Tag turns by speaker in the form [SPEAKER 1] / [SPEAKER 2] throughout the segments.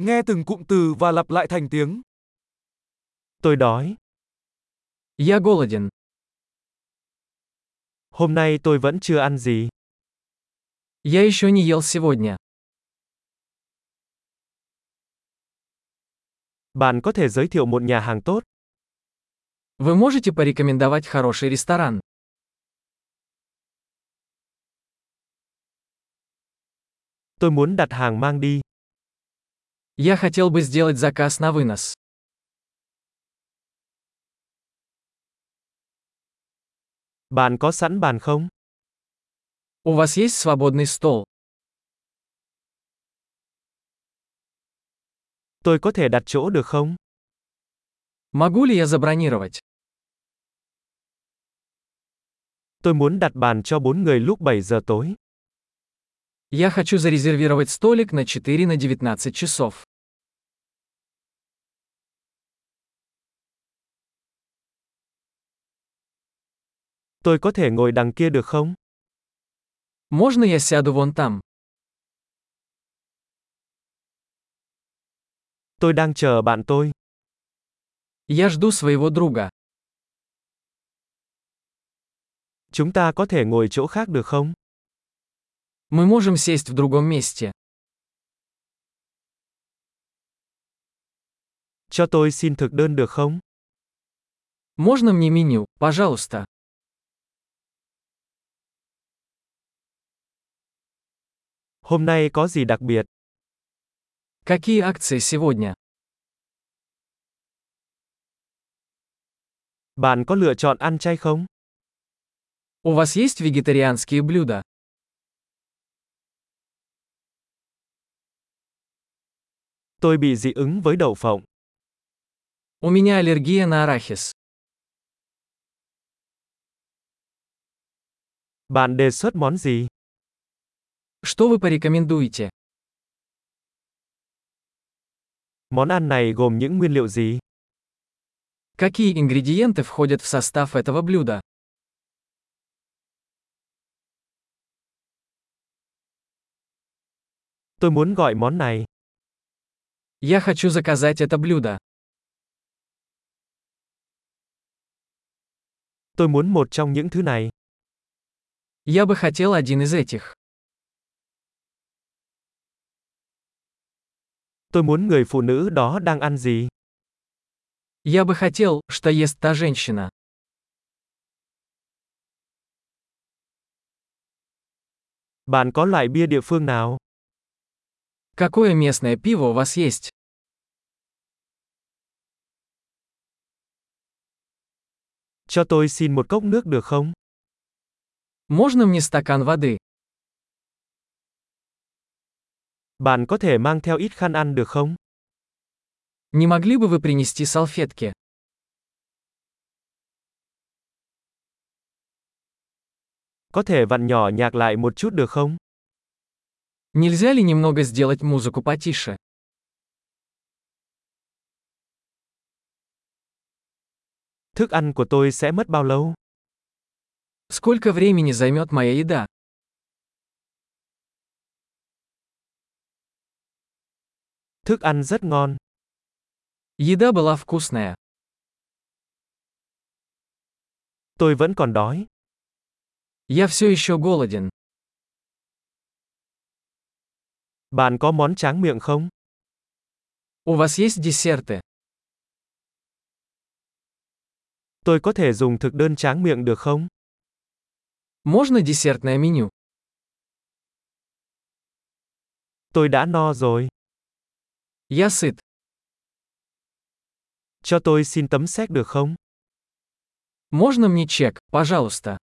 [SPEAKER 1] Nghe từng cụm từ và lặp lại thành tiếng.
[SPEAKER 2] Tôi đói.
[SPEAKER 3] Я голоден.
[SPEAKER 2] Hôm nay tôi vẫn chưa ăn gì.
[SPEAKER 3] Я еще не ел сегодня.
[SPEAKER 2] Bạn có thể giới thiệu một nhà hàng tốt.
[SPEAKER 3] Вы можете порекомендовать хороший ресторан?
[SPEAKER 2] Tôi muốn đặt hàng mang đi.
[SPEAKER 3] Я хотел бы сделать заказ на вынос.
[SPEAKER 2] Bạn có sẵn bàn không?
[SPEAKER 3] У вас есть свободный стол?
[SPEAKER 2] Tôi có thể đặt chỗ được không?
[SPEAKER 3] Могу ли я забронировать?
[SPEAKER 2] Tôi muốn đặt bàn cho 4 người lúc 7 giờ tối.
[SPEAKER 3] Я хочу зарезервировать столик на 4 на 19 часов.
[SPEAKER 2] Tôi có thể ngồi đằng kia được không?
[SPEAKER 3] Можно я сяду вон там?
[SPEAKER 2] Tôi đang chờ bạn tôi.
[SPEAKER 3] Я жду своего друга.
[SPEAKER 2] Chúng ta có thể ngồi chỗ khác được không?
[SPEAKER 3] Мы можем сесть в другом месте.
[SPEAKER 2] Cho tôi xin thực đơn được không?
[SPEAKER 3] Можно мне меню, пожалуйста?
[SPEAKER 2] Hôm nay có gì đặc biệt?
[SPEAKER 3] Какие акции сегодня?
[SPEAKER 2] Bạn có lựa chọn ăn chay không?
[SPEAKER 3] У вас есть вегетарианские блюда?
[SPEAKER 2] Tôi bị dị ứng với đậu phộng.
[SPEAKER 3] У меня аллергия на арахис.
[SPEAKER 2] Bạn đề xuất món gì?
[SPEAKER 3] Что вы порекомендуете?
[SPEAKER 2] Món ăn này gồm những nguyên liệu gì?
[SPEAKER 3] Какие ингредиенты входят в состав этого блюда?
[SPEAKER 2] Tôi muốn gọi món này.
[SPEAKER 3] Я хочу заказать это блюдо.
[SPEAKER 2] Tôi muốn một trong những thứ này.
[SPEAKER 3] Я бы хотел один из этих.
[SPEAKER 2] Tôi muốn người phụ nữ đó đang ăn gì?
[SPEAKER 3] Я бы хотел, что ест та женщина.
[SPEAKER 2] Bạn có loại bia địa phương nào?
[SPEAKER 3] Какое местное пиво у вас есть?
[SPEAKER 2] Cho tôi xin một cốc nước được không?
[SPEAKER 3] Можно мне стакан воды?
[SPEAKER 2] Bạn có thể mang theo ít khăn ăn được không?
[SPEAKER 3] Не могли бы вы принести салфетки?
[SPEAKER 2] Có thể vặn nhỏ nhạc lại một chút được không?
[SPEAKER 3] Нельзя ли немного сделать музыку потише?
[SPEAKER 2] Thức ăn của tôi sẽ mất bao lâu?
[SPEAKER 3] Сколько времени займет моя еда?
[SPEAKER 2] Thức ăn rất ngon.
[SPEAKER 3] Еда была вкусная.
[SPEAKER 2] Tôi vẫn còn đói.
[SPEAKER 3] Я все еще голоден.
[SPEAKER 2] Bạn có món tráng miệng không?
[SPEAKER 3] У вас есть десерты?
[SPEAKER 2] Tôi có thể dùng thực đơn tráng miệng được không?
[SPEAKER 3] Можно десертное меню?
[SPEAKER 2] Tôi đã no rồi.
[SPEAKER 3] Я сыт.
[SPEAKER 2] Cho tôi xin tấm séc được không?
[SPEAKER 3] Можно мне чек, пожалуйста?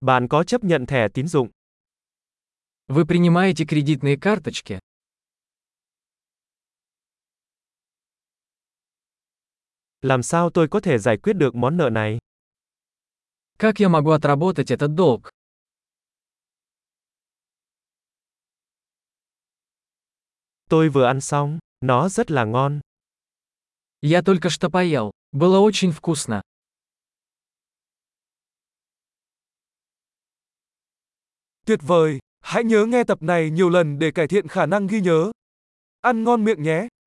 [SPEAKER 2] Bạn có chấp nhận thẻ tín dụng?
[SPEAKER 3] Вы принимаете кредитные карточки?
[SPEAKER 2] Làm sao tôi có thể giải quyết được món nợ này?
[SPEAKER 3] Как я могу отработать этот долг?
[SPEAKER 2] Tôi vừa ăn xong, nó rất là ngon.
[SPEAKER 3] Я только что поел. Было очень вкусно.
[SPEAKER 1] Tuyệt vời,
[SPEAKER 2] Hãy nhớ nghe tập này nhiều lần để cải thiện khả năng ghi nhớ. Ăn ngon miệng nhé!